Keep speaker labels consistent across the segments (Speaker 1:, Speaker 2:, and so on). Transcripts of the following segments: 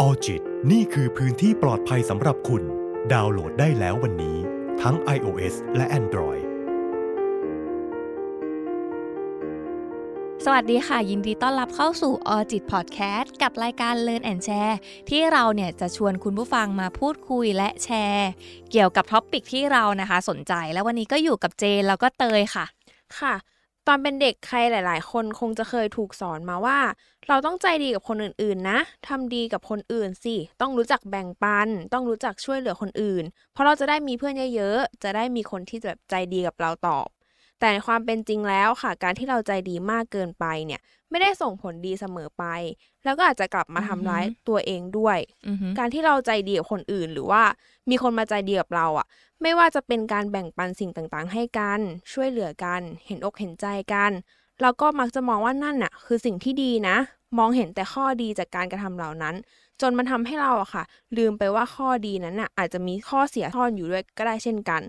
Speaker 1: ออจิตนี่คือพื้นที่ปลอดภัยสำหรับคุณ ดาวน์โหลดได้แล้ววันนี้ ทั้ง iOS และ Android
Speaker 2: สวัสดีค่ะ ยินดีต้อนรับเข้าสู่ออจิตพอดแคสต์กับรายการ Learn and Share ที่เราเนี่ยจะชวนคุณผู้ฟังมาพูดคุยและแชร์ เกี่ยวกับท็อปปิกที่เรานะคะ สนใจและวันนี้ก็อยู่กับเจนแล้วก็เตยค่ะ
Speaker 3: ค่ะ ตอนเป็นเด็กใครหลาย ๆ คนคงจะเคยถูกสอนมาว่า เราต้องใจดีกับคนอื่น ๆ นะทำดีกับคนอื่นสิ ต้องรู้จักแบ่งปัน ต้องรู้จักช่วยเหลือคนอื่น เพราะเราจะได้มีเพื่อนเยอะ ๆ จะได้มีคนที่แบบใจดีกับเราตอบ แต่ในความเป็นจริงแล้วค่ะ การที่เราใจดีมากเกินไปเนี่ย ไม่ได้ส่งผลดีเสมอไป แล้วก็อาจจะกลับมาทำร้าย
Speaker 2: อือหือ
Speaker 3: ตัวเองด้วย
Speaker 2: อือหือ
Speaker 3: การที่เราใจดีกับคนอื่นหรือว่ามีคนมาใจดีกับเราอะ่ะ ไม่ว่าจะเป็นการแบ่งปันสิ่งต่างๆ ให้กัน ช่วยเหลือกัน เห็นอกเห็นใจกันเราก็มักจะมองว่านั่นน่ะ คือสิ่งที่ดีนะ มองเห็นแต่ข้อดีจากการกระทำเหล่านั้น จนมันทำให้เราอะค่ะ ลืมไปว่าข้อดีนั้นน่ะอาจจะมีข้อเสียซ่อนอยู่ด้วยก็ได้เช่นกัน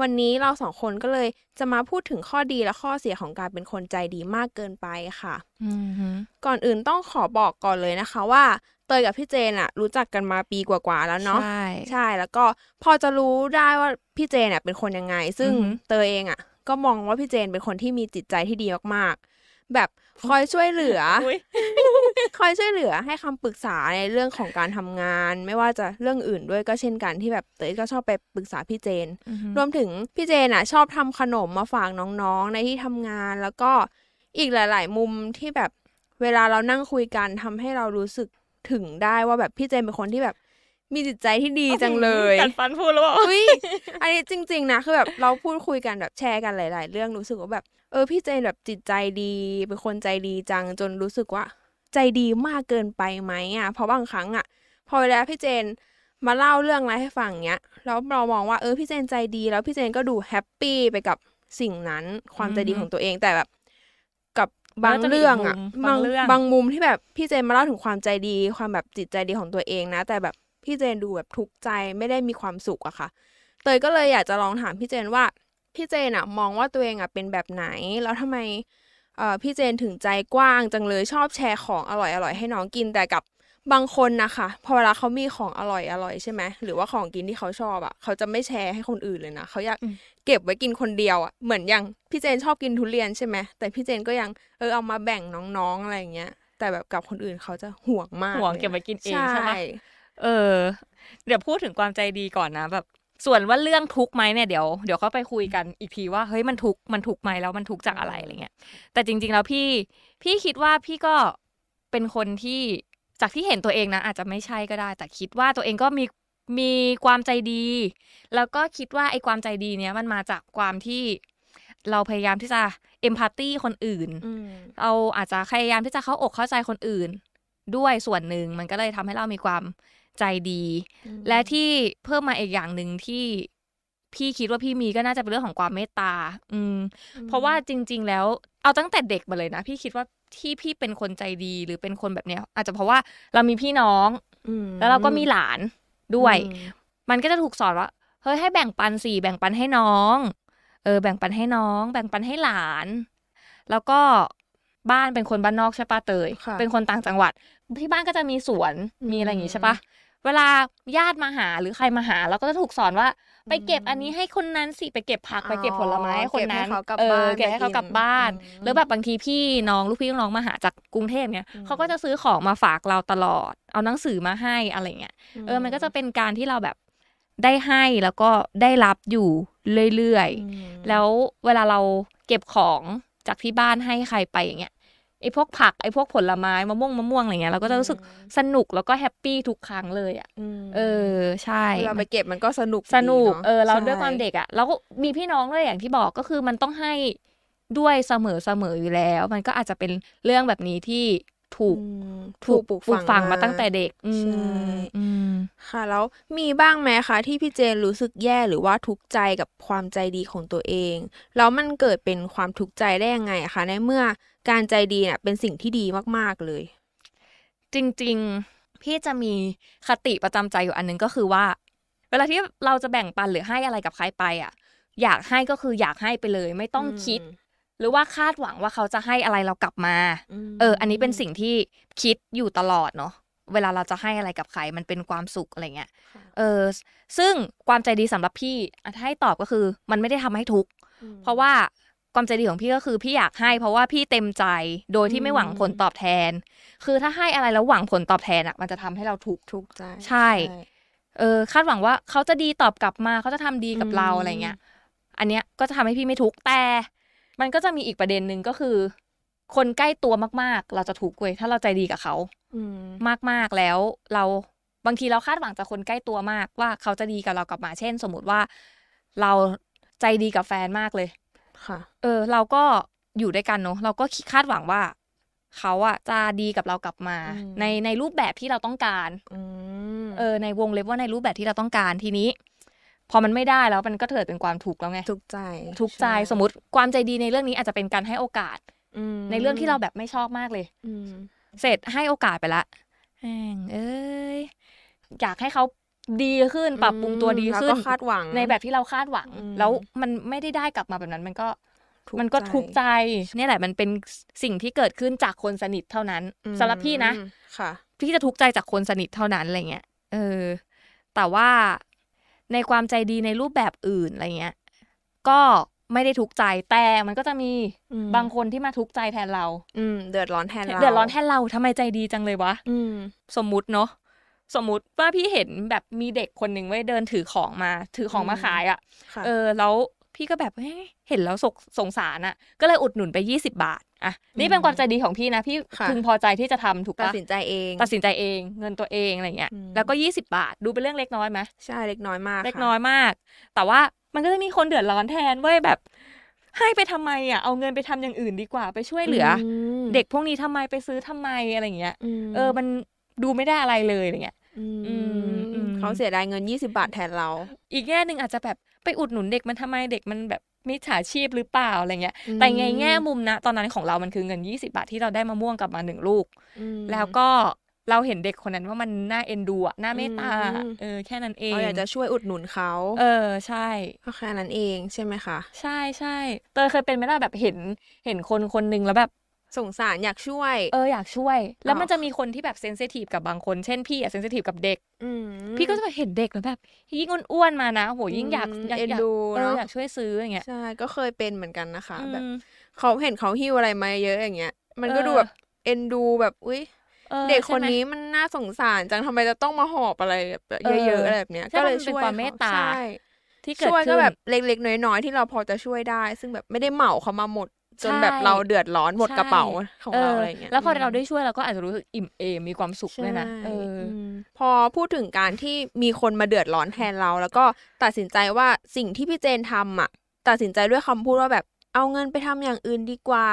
Speaker 3: วันนี้เราสองคนก็เลยจะมาพูดถึงข้อดีและข้อเสียของการเป็นคนใจดีมากเกินไปค่ะ
Speaker 2: อือหือ
Speaker 3: ก่อนอื่นต้องขอบอกก่อนเลยนะคะว่าเตยกับพี่เจนอะรู้จักกันมาปีกว่าๆแล้วเนาะ
Speaker 2: ใช่
Speaker 3: ใช่แล้วก็พอจะรู้ได้ว่าพี่เจนอะเป็นคนยังไง ซึ่ง
Speaker 2: อือหือ
Speaker 3: เตยเองอะก็มองว่าพี่เจนเป็นคนที่มีจิตใจที่ดีมากๆ แบบคอยช่วยเหลื ออคอยช่วยเหลือให้คำปรึกษาในเรื่องของการทำงาน ไม่ว่าจะเรื่องอื่นด้วยก็เช่นกันที่แบบเตยก็ชอบไปปรึกษาพี่เจน
Speaker 2: อือหือ
Speaker 3: รวมถึงพี่เจนอ่ะชอบทำขนมมาฝากน้องๆ ในที่ทำงาน แล้วก็อีกหลาย ๆ มุมที่แบบเวลาเรานั่งคุยกันทำให้เรารู้สึกถึงได้ว่าแบบพี่เจนเป็นคนที่แบบ มีจิตใจที่ดีจังเลย
Speaker 4: กัดฟันพูดแล้วบอก
Speaker 3: อุ้ยอันนี้จริง ๆ นะคือแบบเราพูดคุยกันแบบแชร์กันหลาย ๆ เรื่องรู้สึกว่าแบบเออพี่เจนแบบจิตใจดีเป็นคนใจดีจังจนรู้สึกว่า ใจดีมากเกินไปไหมอ่ะเพราะบางครั้งอ่ะ พอเวลาพี่เจนมาเล่าเรื่องอะไรให้ฟังเนี้ยแล้วเรามองว่าเออพี่เจนใจดี แล้วพี่เจนก็ดูแฮปปี้ไปกับสิ่งนั้นความใจดี
Speaker 2: อือฮึ
Speaker 3: ของตัวเองแต่แบบ กับบาง
Speaker 4: แล้วจะมี
Speaker 3: เรื่องอ่ะ
Speaker 4: มุมบางเรื่อง
Speaker 3: บางมุมที่แบบพี่เจนมาเล่าถึงความใจดี ความแบบจิตใจดีของตัวเองนะ แต่แบบพี่เจนดูแบบทุกข์ใจไม่ได้มีความสุขอะค่ะ เตยก็เลยอยากจะลองถามพี่เจนว่าพี่เจนอะมองว่าตัวเองอะเป็นแบบไหน แล้วทำไม เอ่อพี่เจนถึงใจกว้างจังเลยชอบแชร์ของอร่อยอร่อยให้น้องกินแต่กับบางคนนะคะพอเวลาเขามีของอร่อยอร่อยใช่ไหมหรือว่าของกินที่เขาชอบอะ่ะเขาจะไม่แชร์ให้คนอื่นเลยนะเขาอยาก
Speaker 4: อืม
Speaker 3: เก็บไว้กินคนเดียวอะ่ะเหมือนอย่างพี่เจนชอบกินทุเรียนใช่ไหมแต่พี่เจนก็ยังเออเอามาแบ่งน้องๆอะไรอย่างเงี้ย แต่แบบกับคนอื่นเขาจะห่วงมาก
Speaker 4: ห่วง
Speaker 3: ลยนะ
Speaker 4: เก็บไว้กินเองใช่ไหม
Speaker 3: ใช่
Speaker 4: เออ เดี๋ยวพูดถึงความใจดีก่อนนะแบบ ส่วนว่าเรื่องทุกข์ไหมเนี่ยเดี๋ยวเดี๋ยวก็ไปคุยกันอีกทีว่าเฮ้ยมันทุกข์มันทุกข์ไหมแล้วมันทุกข์จากอะไรอะไรเงี้ย แต่จริง ๆ แล้วพี่พี่คิดว่าพี่ก็เป็นคนที่จากที่เห็นตัวเองนะอาจจะไม่ใช่ก็ได้ แต่คิดว่าตัวเองก็มีมีความใจดี แล้วก็คิดว่าไอ้ความใจดีเนี้ยมันมาจากความที่เราพยายามที่จะเอมพัตตีคนอื่น
Speaker 3: อืม
Speaker 4: เราอาจจะพยายามที่จะเข้าอกเข้าใจคนอื่น ด้วยส่วนหนึ่งมันก็เลยทำให้เรามีความใจดี และที่เพิ่มมาอีกอย่างหนึ่งที่พี่คิดว่าพี่มีก็น่าจะเป็นเรื่องของความเมตตา อืม เพราะว่าจริง ๆ แล้วเอาตั้งแต่เด็กมาเลยนะ พี่คิดว่าที่พี่เป็นคนใจดีหรือเป็นคนแบบเนี้ย อาจจะเพราะว่าเรามีพี่น้อง แล้วเราก็มีหลานด้วย มันก็จะถูกสอนว่าเฮ้ยให้แบ่งปันสิแบ่งปันให้น้อง เออ แบ่งปันให้น้อง แบ่งปันให้หลาน แล้วก็บ้านเป็นคนบ้านนอกใช่ปะเตย
Speaker 3: ค่ะ
Speaker 4: เป็นคนต่างจังหวัด ที่บ้านก็จะมีสวน
Speaker 3: อืม
Speaker 4: มีอะไรอย่างงี้ใช่ปะเวลาญาติมาหาหรือใครมาหา เราก็จะถูกสอนว่า ไปเก็บอันนี้ให้คนนั้นสิไปเก็บผักไปเก็บผลไม้ให้คนนั้น
Speaker 3: เก็บให้เขากลับ
Speaker 4: เอ
Speaker 3: บ้า
Speaker 4: อน เก็บให้เขากลับ
Speaker 3: ไปกิน
Speaker 4: บ้าน
Speaker 3: อืม
Speaker 4: แล้วแบบบางทีพี่น้องลูกพี่ลูกน้องมาหาจากกรุงเทพเนี่ย
Speaker 3: อืม
Speaker 4: เขาก็จะซื้อของมาฝากเราตลอด เอาหนังสือมาให้อะไรอย่างเงี้ย เออ มันก็จะเป็นการที่เราแบบได้ให้แล้วก็ได้รับอยู่เรื่อยๆ แล้วเวลาเราเก็บของจากที่บ้านให้ใครไปอย่างเงี้ย ไอ้พวกผัก ไอ้พวกผลไม้มะม่วงมะม่วงอะไรเงี้ย เราก็จะรู้สึกสนุกแล้วก็แฮปปี้ทุกครั้งเลยอ่ะ เออ ใช่
Speaker 3: เวลาไปเก็บมันก็สนุก
Speaker 4: สนุก
Speaker 3: ดีะ
Speaker 4: เออ เรา
Speaker 3: ใช่
Speaker 4: ด้วยความเด็กอ่ะ เราก็มีพี่น้องด้วยอย่างที่บอกก็คือมันต้องให้ด้วยเสมอเสมออยู่แล้ว มันก็อาจจะเป็นเรื่องแบบนี้ที่ถูก
Speaker 3: อืม
Speaker 4: ถู
Speaker 3: ถู
Speaker 4: ก
Speaker 3: ก
Speaker 4: ป
Speaker 3: ป
Speaker 4: ลู
Speaker 3: ลู
Speaker 4: ก
Speaker 3: ก
Speaker 4: ฝั
Speaker 3: ฝั
Speaker 4: ง
Speaker 3: ง
Speaker 4: มาตั้งแต่เด็ก อื
Speaker 3: ใช่
Speaker 4: มอืม
Speaker 3: ค่ะ แล้วมีบ้างไหมคะที่พี่เจนรู้สึกแย่หรือว่าทุกข์ใจกับความใจดีของตัวเองแล้วมันเกิดเป็นความทุกข์ใจได้ยังไงอะคะในเมื่อการใจดีเนี่ยเป็นสิ่งที่ดีมากๆเลย
Speaker 4: จริงๆ พี่จะมีคติประจำใจอยู่อันหนึงก็คือว่า เวลาที่เราจะแบ่งปันหรือให้อะไรกับใครไปอ่ะ อยากให้ก็คืออยากให้ไปเลย ไม่ต้องคิด หรือว่าคาดหวังว่าเขาจะให้อะไรเรากลับมา
Speaker 3: ม
Speaker 4: เออ อันนี้เป็นสิ่งที่คิดอยู่ตลอดเนาะ เวลาเราจะให้อะไรกับใครมันเป็นความสุขอะไรเงี้ย
Speaker 3: ค่ะ
Speaker 4: เออ ซึ่งความใจดีสำหรับพี่อ่ะถ้าให้ตอบก็คือมันไม่ได้ทำให้ทุกข์
Speaker 3: อืม
Speaker 4: เพราะว่าความใจดีของพี่ก็คือพี่อยากให้ เพราะว่าพี่เต็มใจโดยที่ไม่หวังผลตอบแทน คือถ้าให้อะไรแล้วหวังผลตอบแทนอ่ะ มันจะทำให้เราทุกข์
Speaker 3: ถูกใจ
Speaker 4: ใช่ เออคาดหวังว่าเขาจะดีตอบกลับมาเขาจะทำดีกับเราอะไรเงี้ย อันเนี้ยก็จะทำให้พี่ไม่ทุกข์แต่ มันก็จะมีอีกประเด็นหนึ่งก็คือ คนใกล้ตัวมากๆ เราจะทุกข์เว้ยถ้าเราใจดีกับเขา
Speaker 3: อืม
Speaker 4: มากๆแล้วเราบางทีเราคาดหวังจากคนใกล้ตัวมากว่าเขาจะดีกับเรากลับมาเช่น สมมติว่า เราใจดีกับแฟนมากเลย
Speaker 3: ค่ะ
Speaker 4: เออ เราก็อยู่ด้วยกันเนอะเราก็คิดคาดหวังว่า เขาอะจะดีกับเรากลับมา
Speaker 3: อืม
Speaker 4: ในในรูปแบบที่เราต้องการ
Speaker 3: อืม
Speaker 4: เออในวงเล็บว่าในรูปแบบที่เราต้องการทีนี้ พอมันไม่ได้แล้วมันก็เกิดเป็นความถูกข์แล้วไง
Speaker 3: ถูกใจ
Speaker 4: ทุกข์ใจ
Speaker 3: ช่
Speaker 4: สมมติความใจดีในเรื่องนี้อาจจะเป็นการให้โอกาส
Speaker 3: อืม
Speaker 4: ในเรื่องที่เราแบบไม่ชอบมากเลย
Speaker 3: อืม
Speaker 4: เสร็จให้โอกาสไปละแม่งเอ้ยอยากให้เขาดีขึ้นปรับปรุงตัวดีขึ้น
Speaker 3: แล้วก็คาดหวัง
Speaker 4: ในแบบที่เราคาดหวัง
Speaker 3: อืม
Speaker 4: แล้วมันไม่ได้ได้กลับมาแบบนั้น มันก็
Speaker 3: ทุกข์
Speaker 4: มันก็ทุกข์ใจ
Speaker 3: ใจ
Speaker 4: เนี่ยแหละมันเป็นสิ่งที่เกิดขึ้นจากคนสนิทเท่านั้น
Speaker 3: อืม
Speaker 4: สำหรับพี่นะ
Speaker 3: ค่ะ
Speaker 4: พี่จะทุกข์ใจจากคนสนิทเท่านั้นอะไรเงี้ย เออ แต่ว่าในความใจดีในรูปแบบอื่นอะไรเงี้ย ก็ไม่ได้ทุกข์ใจ แต่มันก็จะมี
Speaker 3: อืม
Speaker 4: บางคนที่มาทุกข์ใจแทนเรา
Speaker 3: อืม เดือดร้อนแทนเรา
Speaker 4: เดือดร้อนแทนเราทำไมใจดีจังเลยวะ
Speaker 3: อืม
Speaker 4: สมมุติเนาะ สมมุติว่าพี่เห็นแบบมีเด็กคนหนึ่งไว้ยเดินถือของมา ถือของมา
Speaker 3: อืม
Speaker 4: ขายอะ่ะ
Speaker 3: ค่ะ
Speaker 4: เออ แล้วพี่ก็แบบเฮ้ยเห็นแล้วสกสงสารอะ่ะ ก็เลยอุดหนุนไป20บาท อ่ะ นี่เป็นความใจดีของพี่นะ พี่
Speaker 3: ค่ะ
Speaker 4: พึงพอใจที่จะทำถูก
Speaker 3: ตัด
Speaker 4: ปะ
Speaker 3: สินใจเอง
Speaker 4: ตัดสินใจเองเงินตัวเองอะไรเงี้ย
Speaker 3: อืม
Speaker 4: แล้วก็ 20 บาท ดูเป็นเรื่องเล็กน้อยไหม
Speaker 3: ใช่เล็กน้อยมาก
Speaker 4: เล็ก
Speaker 3: ค่ะ
Speaker 4: น้อยมาก แต่ว่ามันก็จะมีคนเดือดร้อนแทนเว้ยแบบ ให้ไปทำไมอ่ะเอาเงินไปทำอย่างอื่นดีกว่าไปช่วยเหลืออ
Speaker 3: ม
Speaker 4: เด็กพวกนี้ทำไมไปซื้อทำไมอะไรเงี้ย
Speaker 3: ม
Speaker 4: เออมันดูไม่ได้อะไรเลยอะไรเงี้ย
Speaker 3: อืม
Speaker 4: อืมอืม
Speaker 3: เขาเสียดายเงิน 20 บาทแทนเรา
Speaker 4: อีกแง่หนึ่งอาจจะแบบไปอุดหนุนเด็กมันทำไมเด็กมันแบบมิจฉาชีพหรือเปล่าอะไรเงี้ย
Speaker 3: อืม
Speaker 4: แต่ในแง่มุมนะตอนนั้นของเรามันคือเงิน 20 บาทที่เราได้มะม่วงกลับมาหนึ่งลูก
Speaker 3: อืม
Speaker 4: แล้วก็เราเห็นเด็กคนนั้นว่ามันน่าเอ็นดูอะน่าเมตตา
Speaker 3: อืม
Speaker 4: เออแค่นั้นเอง
Speaker 3: เราอยากจะช่วยอุดหนุนเขา
Speaker 4: เออใช่
Speaker 3: ก็แค่นั้นเองใช่ไหมคะ
Speaker 4: ใช่ใช่เตยเคยเป็นไหมล่ะแบบเห็นเห็นคนคนหนึ่งแล้วแบบ
Speaker 3: สงสารอยากช่วย
Speaker 4: เอออยากช่วย แล้ว
Speaker 3: อ๋อ
Speaker 4: มันจะมีคนที่แบบเซนซิทีฟกับบางคน เช่นพี่อะเซนซิทีฟกับเด็ก
Speaker 3: ม
Speaker 4: พี่ก็จะแบบเห็นเด็กแล้วแบบยิ่งอ้วนๆมานะโหยิ่งอยาก
Speaker 3: อืม
Speaker 4: ยาก
Speaker 3: เอ็น
Speaker 4: ยาก
Speaker 3: ดู
Speaker 4: เออ
Speaker 3: เนอะ
Speaker 4: อยากช่วยซื้ออย่างเงี้ย
Speaker 3: ใช่ก็เคยเป็นเหมือนกันนะคะ
Speaker 4: อืม
Speaker 3: แบบเขาเห็นเขาหิ้วอะไรมาเยอะอย่างเงี้ย มันก็
Speaker 4: เออ
Speaker 3: ดูแบบเอ็นดูแบบอุ้ย
Speaker 4: ออ
Speaker 3: เด็กคน
Speaker 4: ใช่ไหม
Speaker 3: นี้มันน่าสงสารจังทำไมจะต้องมาหอบอะไรแบบเยอะๆ
Speaker 4: เอออ
Speaker 3: อะไรแบบเนี้ย
Speaker 4: ใช่
Speaker 3: ก็เลย
Speaker 4: มันเป็น
Speaker 3: ช่วย
Speaker 4: ความเมตตา
Speaker 3: ขใช่
Speaker 4: ที่เกิด
Speaker 3: ช่วยก็
Speaker 4: ขึ้น
Speaker 3: แบบเล็กๆน้อยๆที่เราพอจะช่วยได้ ซึ่งแบบไม่ได้เหมาเขามาหมด จน
Speaker 4: ใช่
Speaker 3: แบบเราเดือดร้อนหมด
Speaker 4: ใช่
Speaker 3: กระเป๋าของเราอะไรเงี้ย
Speaker 4: แล้วพอ
Speaker 3: ม
Speaker 4: เราได้ช่วยเราก็อาจจะรู้สึกอิ่มเอมมีความสุขด้วยนะ
Speaker 3: ใช่
Speaker 4: เอออ
Speaker 3: มพอพูดถึงการที่มีคนมาเดือดร้อนแทนเรา แล้วก็ตัดสินใจว่าสิ่งที่พี่เจนทำอ่ะ ตัดสินใจด้วยคำพูดว่าแบบเอาเงินไปทำอย่างอื่นดีกว่า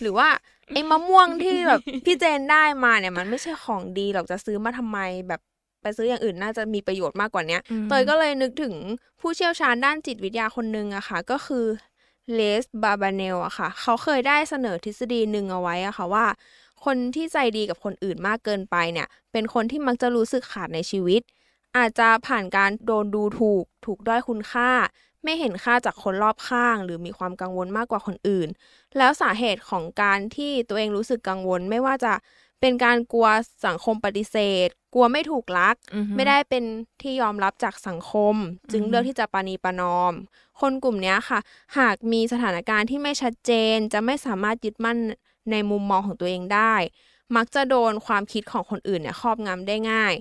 Speaker 3: หรือว่าไอ้มะม่วงที่แบบ พี่เจนได้มาเนี่ย มันไม่ใช่ของดีหรอกจะซื้อมาทำไมแบบไปซื้ออย่างอื่นน่าจะมีประโยชน์มากกว่าเนี้ย
Speaker 4: อืม
Speaker 3: เตยก็เลยนึกถึงผู้เชี่ยวชาญด้านจิตวิทยาคนหนึ่งอะค่ะ ก็คือเลสบาบาเนลอะค่ะ เขาเคยได้เสนอทฤษฎีหนึ่งเอาไว้อะค่ะว่า คนที่ใจดีกับคนอื่นมากเกินไปเนี่ย เป็นคนที่มักจะรู้สึกขาดในชีวิต อาจจะผ่านการโดนดูถูก ถูกด้อยคุณค่า ไม่เห็นค่าจากคนรอบข้าง หรือมีความกังวลมากกว่าคนอื่น แล้วสาเหตุของการที่ตัวเองรู้สึกกังวล ไม่ว่าจะเป็นการกลัวสังคมปฏิเสธ กลัวไม่ถูกรัก
Speaker 4: อือฮึ
Speaker 3: ไม่ได้เป็นที่ยอมรับจากสังคม จึงเลือกที่จะปานีประนอม คนกลุ่มเนี้ยค่ะ หากมีสถานการณ์ที่ไม่ชัดเจน จะไม่สามารถยึดมั่นในมุมมองของตัวเองได้ มักจะโดนความคิดของคนอื่นเนี่ยครอบงำได้ง่าย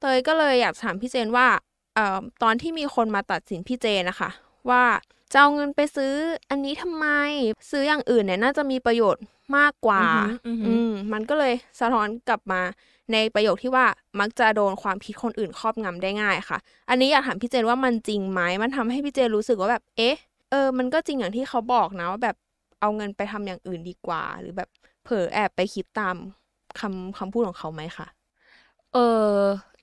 Speaker 3: เตยก็เลยอยากถามพี่เจนว่าเอ่อตอนที่มีคนมาตัดสินพี่เจนนะคะ ว่าจะเอาเงินไปซื้ออันนี้ทำไม ซื้ออย่างอื่นเนี่ยน่าจะมีประโยชน์มากกว่า
Speaker 4: อือหืออือหืออื
Speaker 3: อืมมันก็เลยสะท้อนกลับมาในประโยคที่ว่ามักจะโดนความคิดคนอื่นครอบงำได้ง่ายค่ะ อันนี้อยากถามพี่เจนว่ามันจริงไหมมันทำให้พี่เจนรู้สึกว่าแบบ เอ๊ะ เออ มันก็จริงอย่างที่เขาบอกนะว่าแบบเอาเงินไปทำอย่างอื่นดีกว่า หรือแบบเผลอแอบไปคิดตามคำคำพูดของเขาไหมคะ
Speaker 4: เออ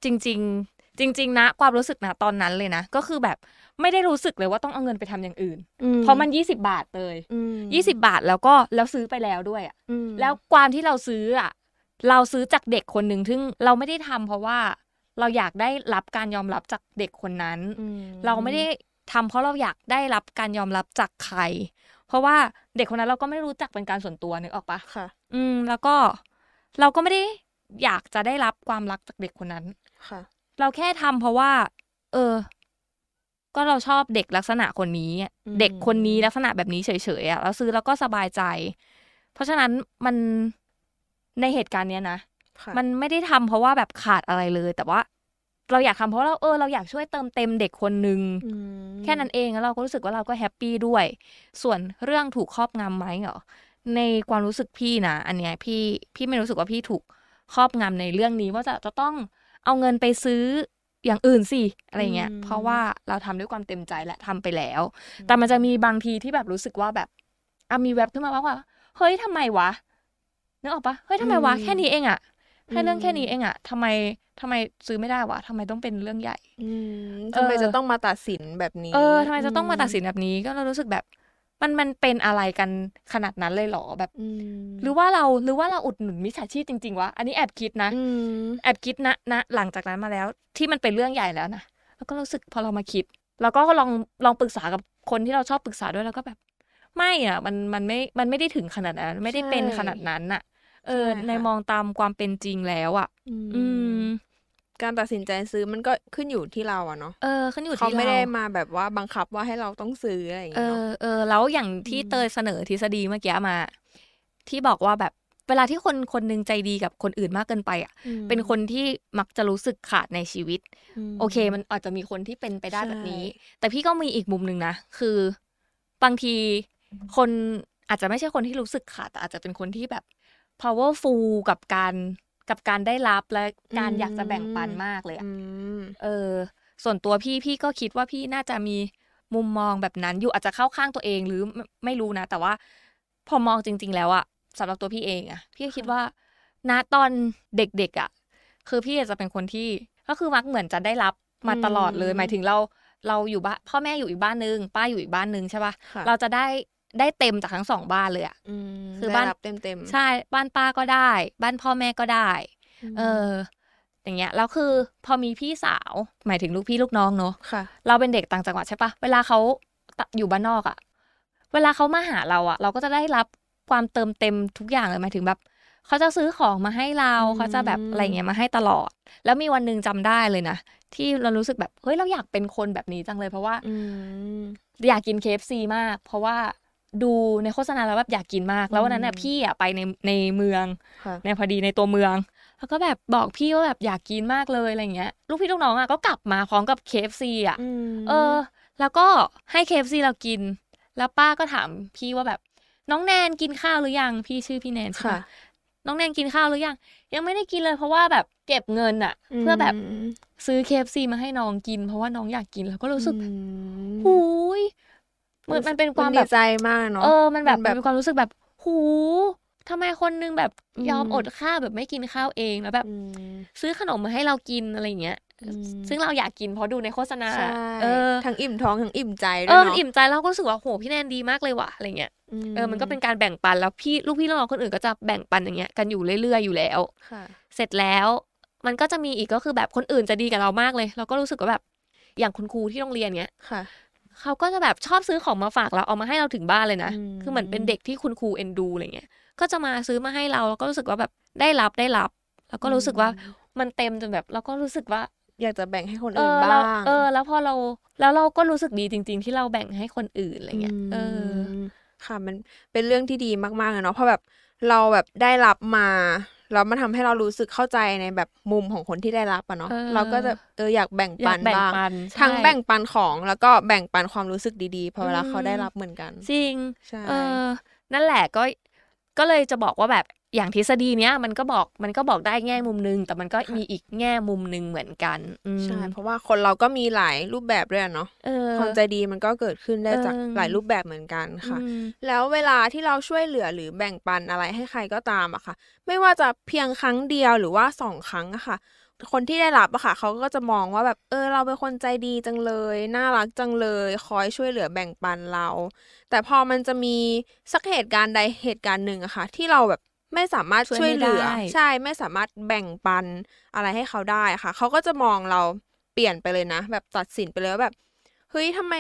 Speaker 4: จริง ๆ จริง ๆ นะ ความรู้สึกนะตอนนั้นเลยนะ ก็คือแบบไม่ได้รู้สึกเลยว่าต้องเอาเงินไปทำอย่างอื่น เพราะมัน 20 บาทเลย
Speaker 3: อืม
Speaker 4: 20 บาทแล้วก็แล้วซื้อไปแล้วด้วยอะ
Speaker 3: อืม
Speaker 4: แล้วความที่เราซื้ออ่ะเราซื้อจากเด็กคนหนึ่งซึ่งเราไม่ได้ทำเพราะว่าเราอยากได้รับการยอมรับจากเด็กคนนั้น
Speaker 3: อื
Speaker 4: เราไม่ได้ทำเพราะเราอยากได้รับการยอมรับจากใคร เพราะว่าเด็กคนนั้นเราก็ไม่รู้จักเป็นการส่วนตัวนึกออกปะ
Speaker 3: ค่ะ
Speaker 4: อืมแล้วก็เราก็ไม่ได้ อยากจะได้รับความรักจากเด็กคนนั้น
Speaker 3: ค่ะ
Speaker 4: เราแค่ทำเพราะว่า เออ ก็เราชอบเด็กลักษณะคนนี้อะ
Speaker 3: อืม
Speaker 4: เด็กคนนี้ลักษณะแบบนี้เฉยๆอ่ะเราซื้อแล้วก็สบายใจ เพราะฉะนั้นมันในเหตุการณ์เนี้ยนะ
Speaker 3: ค่ะ
Speaker 4: มันไม่ได้ทำเพราะว่าแบบขาดอะไรเลย แต่ว่า เราอยากทำเพราะเราเออเราอยากช่วยเติมเต็มเด็กคนนึง
Speaker 3: อืม
Speaker 4: แค่นั้นเองแล้วเราก็รู้สึกว่าเราก็แฮปปี้ด้วย ส่วนเรื่องถูกครอบงำไหมเหรอในความรู้สึกพี่นะอันเนี้ยพี่พี่ไม่รู้สึกว่าพี่ถูกครอบงำในเรื่องนี้ว่าจะจะต้องเอาเงินไปซื้ออย่างอื่นสิอะไรเงี้ยเพราะว่าเราทำด้วยความเต็มใจและทำไปแล้ว แต่มันจะมีบางทีที่แบบรู้สึกว่าแบบอ่ะมีแว็บขึ้นมาว่าว่าเฮ้ยทำไมวะนึกออกปะเฮ้ยทำไมวะแค่นี้เองอะแค่เรื่องแค่นี้เองอะทำไมทำไมซื้อไม่ได้วะทำไมต้องเป็นเรื่องใหญ่
Speaker 3: อืมทำไม
Speaker 4: เออ
Speaker 3: จะต้องมาตัดสินแบบนี้
Speaker 4: เออทำไมจะต้องมาตัดสินแบบนี้ก็เรารู้สึกแบบมันมันเป็นอะไรกันขนาดนั้นเลยเหรอแบบ
Speaker 3: อืม
Speaker 4: หรือว่าเราหรือว่าเราอุดหนุนมิจฉาชีพจริงๆวะอันนี้แอบคิดนะ
Speaker 3: อืม
Speaker 4: แอบคิดนะนะหลังจากนั้นมาแล้ว ที่มันเป็นเรื่องใหญ่แล้วนะแล้วก็รู้สึกพอเรามาคิด แล้วก็ลองลองปรึกษากับคนที่เราชอบปรึกษาด้วยแล้วก็แบบ ไม่อ่ะ มันมันไม่มันไม่ได้ถึงขนาดนั้น ไม่ได้เป็น
Speaker 3: ใช่
Speaker 4: ขนาดนั้นน่ะ เออ
Speaker 3: ใช่ค่ะ
Speaker 4: ในมองตามความเป็นจริงแล้วอ่ะ อืม
Speaker 3: การตัดสินใจซื้อมันก็ขึ้นอยู่ที่เราอะเนาะ
Speaker 4: เออขึ้นอยู่ที่
Speaker 3: เขาไม่ได้
Speaker 4: ร
Speaker 3: มาแบบว่าบังคับว่าให้เราต้องซื้ออะไรอย่าง
Speaker 4: เอ
Speaker 3: เงี้ยเนาะ
Speaker 4: อเออแล้วอย่างที่
Speaker 3: อืม
Speaker 4: เตยเสนอทฤษฎีเมื่อกี้มา ที่บอกว่าแบบเวลาที่คนคนหนึงใจดีกับคนอื่นมากเกินไปอ่ะ
Speaker 3: ม
Speaker 4: เป็นคนที่มักจะรู้สึกขาดในชีวิต
Speaker 3: ม
Speaker 4: โอเค มันอาจจะมีคนที่เป็นไปได้แบบนี้
Speaker 3: ใช่
Speaker 4: แต่พี่ก็มีอีกมุมหนึ่งนะ คือบางทีคนอาจจะไม่ใช่คนที่รู้สึกขาดแต่อาจจะเป็นคนที่แบบ powerful กับการกับการได้รับและการอยากจะแบ่งปันมากเลยอะ
Speaker 3: อืม
Speaker 4: เออส่วนตัวพี่พี่ก็คิดว่าพี่น่าจะมีมุมมองแบบนั้นอยู่อาจจะเข้าข้างตัวเองหรือไม่ไม่รู้นะ แต่ว่าพอมองจริง ๆ แล้วอะสำหรับตัวพี่เองอะพี่ก็คิดว่าณตอนเด็กๆอะคือพี่อาจจะเป็นคนที่ก็คือมักเหมือนจะได้รับมาตลอดเลย
Speaker 3: อืม
Speaker 4: หมายถึงเราเราอยู่บ้านพ่อแม่อยู่อีกบ้านนึง ป้าอยู่อีกบ้านนึงใช่ปะ
Speaker 3: ค่ะ
Speaker 4: ่ะเราจะได้ได้เต็มจากทั้งสองบ้านเลยอะ
Speaker 3: อืม
Speaker 4: คือ
Speaker 3: ได้
Speaker 4: บ้าน
Speaker 3: รับเต็มเต็มๆ
Speaker 4: ใช่บ้านป้าก็ได้ บ้านพ่อแม่ก็ได้
Speaker 3: ม
Speaker 4: เออ อย่างเงี้ยแล้วคือพอมีพี่สาว หมายถึงลูกพี่ลูกน้องเนอะ
Speaker 3: ค่ะ
Speaker 4: เราเป็นเด็กต่างจังหวัดใช่ปะเวลาเขาตอยู่บ้านนอกอะเวลาเขามาหาเราอะเราก็จะได้รับความเติมเต็มทุกอย่างเลยหมายถึงแบบเขาจะซื้อของมาให้เรา
Speaker 3: อืม
Speaker 4: เขาจะแบบอะไรเงี้ยมาให้ตลอด แล้วมีวันหนึ่งจำได้เลยนะที่เรารู้สึกแบบเฮ้ยเราอยากเป็นคนแบบนี้จังเลยเพราะว่า
Speaker 3: อืม
Speaker 4: อยากกิน KFC มาก เพราะว่าดูในโฆษณาแล้วแบบอยากกินมาก แล้ววันนั้นน่ะ
Speaker 3: อืม
Speaker 4: พี่อะไปในในเมือง
Speaker 3: ค่ะ
Speaker 4: ในพอดีในตัวเมือง แล้วก็แบบบอกพี่ว่าแบบอยากกินมากเลยอะไรเงี้ย ลูกพี่ลูกน้องอ่ะก็กลับมาพร้อมกับ KFC อ่ะ
Speaker 3: ม
Speaker 4: เออ แล้วก็ให้ KFC เรากิน แล้วป้าก็ถามพี่ว่าแบบน้องแนนกินข้าวหรือยัง พี่ชื่อพี่แนนใช่
Speaker 3: ค่ะ
Speaker 4: ปะน้องแนนกินข้าวหรือยัง ยังไม่ได้กินเลยเพราะว่าแบบเก็บเงินอ่ะ
Speaker 3: ม
Speaker 4: เพื่อแบบซื้อ KFC มาให้น้องกิน เพราะว่าน้องอยากกินแล้วก็รู้สึกแบบ
Speaker 3: อืม
Speaker 4: หูยเหมือนมันเป็นความแบบ
Speaker 3: ดีใจมากเนาะ
Speaker 4: เออ มันแบบมั
Speaker 3: มันแบ
Speaker 4: น
Speaker 3: บ
Speaker 4: เป็นความรู้สึกแบบ หูทำไมคนนึงแบบยอม
Speaker 3: อืม
Speaker 4: อดข้าวแบบไม่กินข้าวเองแล้วแบบ
Speaker 3: อืม
Speaker 4: ซื้อขนมมาให้เรากินอะไรอย่างเงี้ย
Speaker 3: อืม
Speaker 4: ซึ่งเราอยากกินเพราะดูในโฆษณา
Speaker 3: ใช่
Speaker 4: เออ
Speaker 3: ทั้งอิ่มท้องทั้งอิ่มใจด้
Speaker 4: เอ
Speaker 3: ว
Speaker 4: อย มัน
Speaker 3: เนาะ
Speaker 4: อิ่มใจเราก็รู้สึกว่าโหพี่แนนดีมากเลยว่ะอะไรเงี้ย เออ มันก็เป็นการแบ่งปันแล้วพี่ลูกพี่ลูกน้องคนอื่นก็จะแบ่งปันอย่างเงี้ยกันอยู่เรื่อยๆอยู่แล้ว
Speaker 3: ค่ะ
Speaker 4: เสร็จแล้วมันก็จะมีอีกก็คือแบบคนอื่นจะดีกับเรามากเลย เราก็รู้สึกว่าแบบอย่างคุณครูที่โรงเรียนเนี้ย
Speaker 3: ค่ะ
Speaker 4: เขาก็จะแบบชอบซื้อของมาฝากเราเอามาให้เราถึงบ้านเลยนะ
Speaker 3: อืม
Speaker 4: คือเหมือนเป็นเด็กที่คุณครูเอ็นดูอะไรเงี้ย ก็จะมาซื้อมาให้เราแล้วก็รู้สึกว่าแบบได้รับได้รับ แล้วก็รู้สึกว่ามันเต็มจนแบบเราก็รู้สึกว่า
Speaker 3: อยากจะแบ่งให้คน
Speaker 4: เอ
Speaker 3: อื่น
Speaker 4: อเรา
Speaker 3: บ้าง
Speaker 4: เออ แล้วพอเราแล้วเราก็รู้สึกดีจริง ๆ ที่เราแบ่งให้คนอื่นอะไรเงี้ย เออ
Speaker 3: มค่ะ มันเป็นเรื่องที่ดีมากๆเลยเนาะเพราะแบบเราแบบได้รับมาแล้วมันทำให้เรารู้สึกเข้าใจในแบบมุมของคนที่ได้รับอะเนาะ
Speaker 4: เออ
Speaker 3: เราก็จะเอออยากแบ่ง
Speaker 4: อยา
Speaker 3: ปั
Speaker 4: ก
Speaker 3: น
Speaker 4: แบ่ง
Speaker 3: บ้าง
Speaker 4: ปัน
Speaker 3: ทั้ง
Speaker 4: ใช่
Speaker 3: แบ่งปันของแล้วก็แบ่งปันความรู้สึกดีๆพอเวลา
Speaker 4: อืม
Speaker 3: เขาได้รับเหมือนกัน
Speaker 4: จริง
Speaker 3: ใช่
Speaker 4: เออ นั่นแหละก็ ก็เลยจะบอกว่าแบบอย่างทฤษฎีเนี้ยมันก็บอกมันก็บอกได้แง่มุมนึง แต่มันก็
Speaker 3: ค่ะ
Speaker 4: มีอีกแง่มุมนึงเหมือนกัน อืม
Speaker 3: ใช่ เพราะว่าคนเราก็มีหลายรูปแบบด้วยอะเนาะ
Speaker 4: เออ
Speaker 3: ความใจดีมันก็เกิดขึ้นได้จาก
Speaker 4: เออ
Speaker 3: หลายรูปแบบเหมือนกันค่ะ
Speaker 4: อืม
Speaker 3: แล้วเวลาที่เราช่วยเหลือหรือแบ่งปันอะไรให้ใครก็ตามอะค่ะ ไม่ว่าจะเพียงครั้งเดียวหรือว่าสองครั้งอะค่ะ คนที่ได้รับอะค่ะ เขาก็จะมองว่าแบบเออ เราเป็นคนใจดีจังเลย น่ารักจังเลย คอยช่วยเหลือแบ่งปันเรา แต่พอมันจะมีสักเหตุการณ์ใดเหตุการณ์หนึ่งอะค่ะ ที่เราแบบไม่สามารถ
Speaker 4: ช่
Speaker 3: ช่
Speaker 4: ว
Speaker 3: วย ย
Speaker 4: ไม่
Speaker 3: เหลือ
Speaker 4: ได้
Speaker 3: ใช่ไม่สามารถแบ่งปันอะไรให้เขาได้อะค่ะ เขาก็จะมองเราเปลี่ยนไปเลยนะ แบบตัดสินไปเลยว่าแบบ เฮ้ยทำไม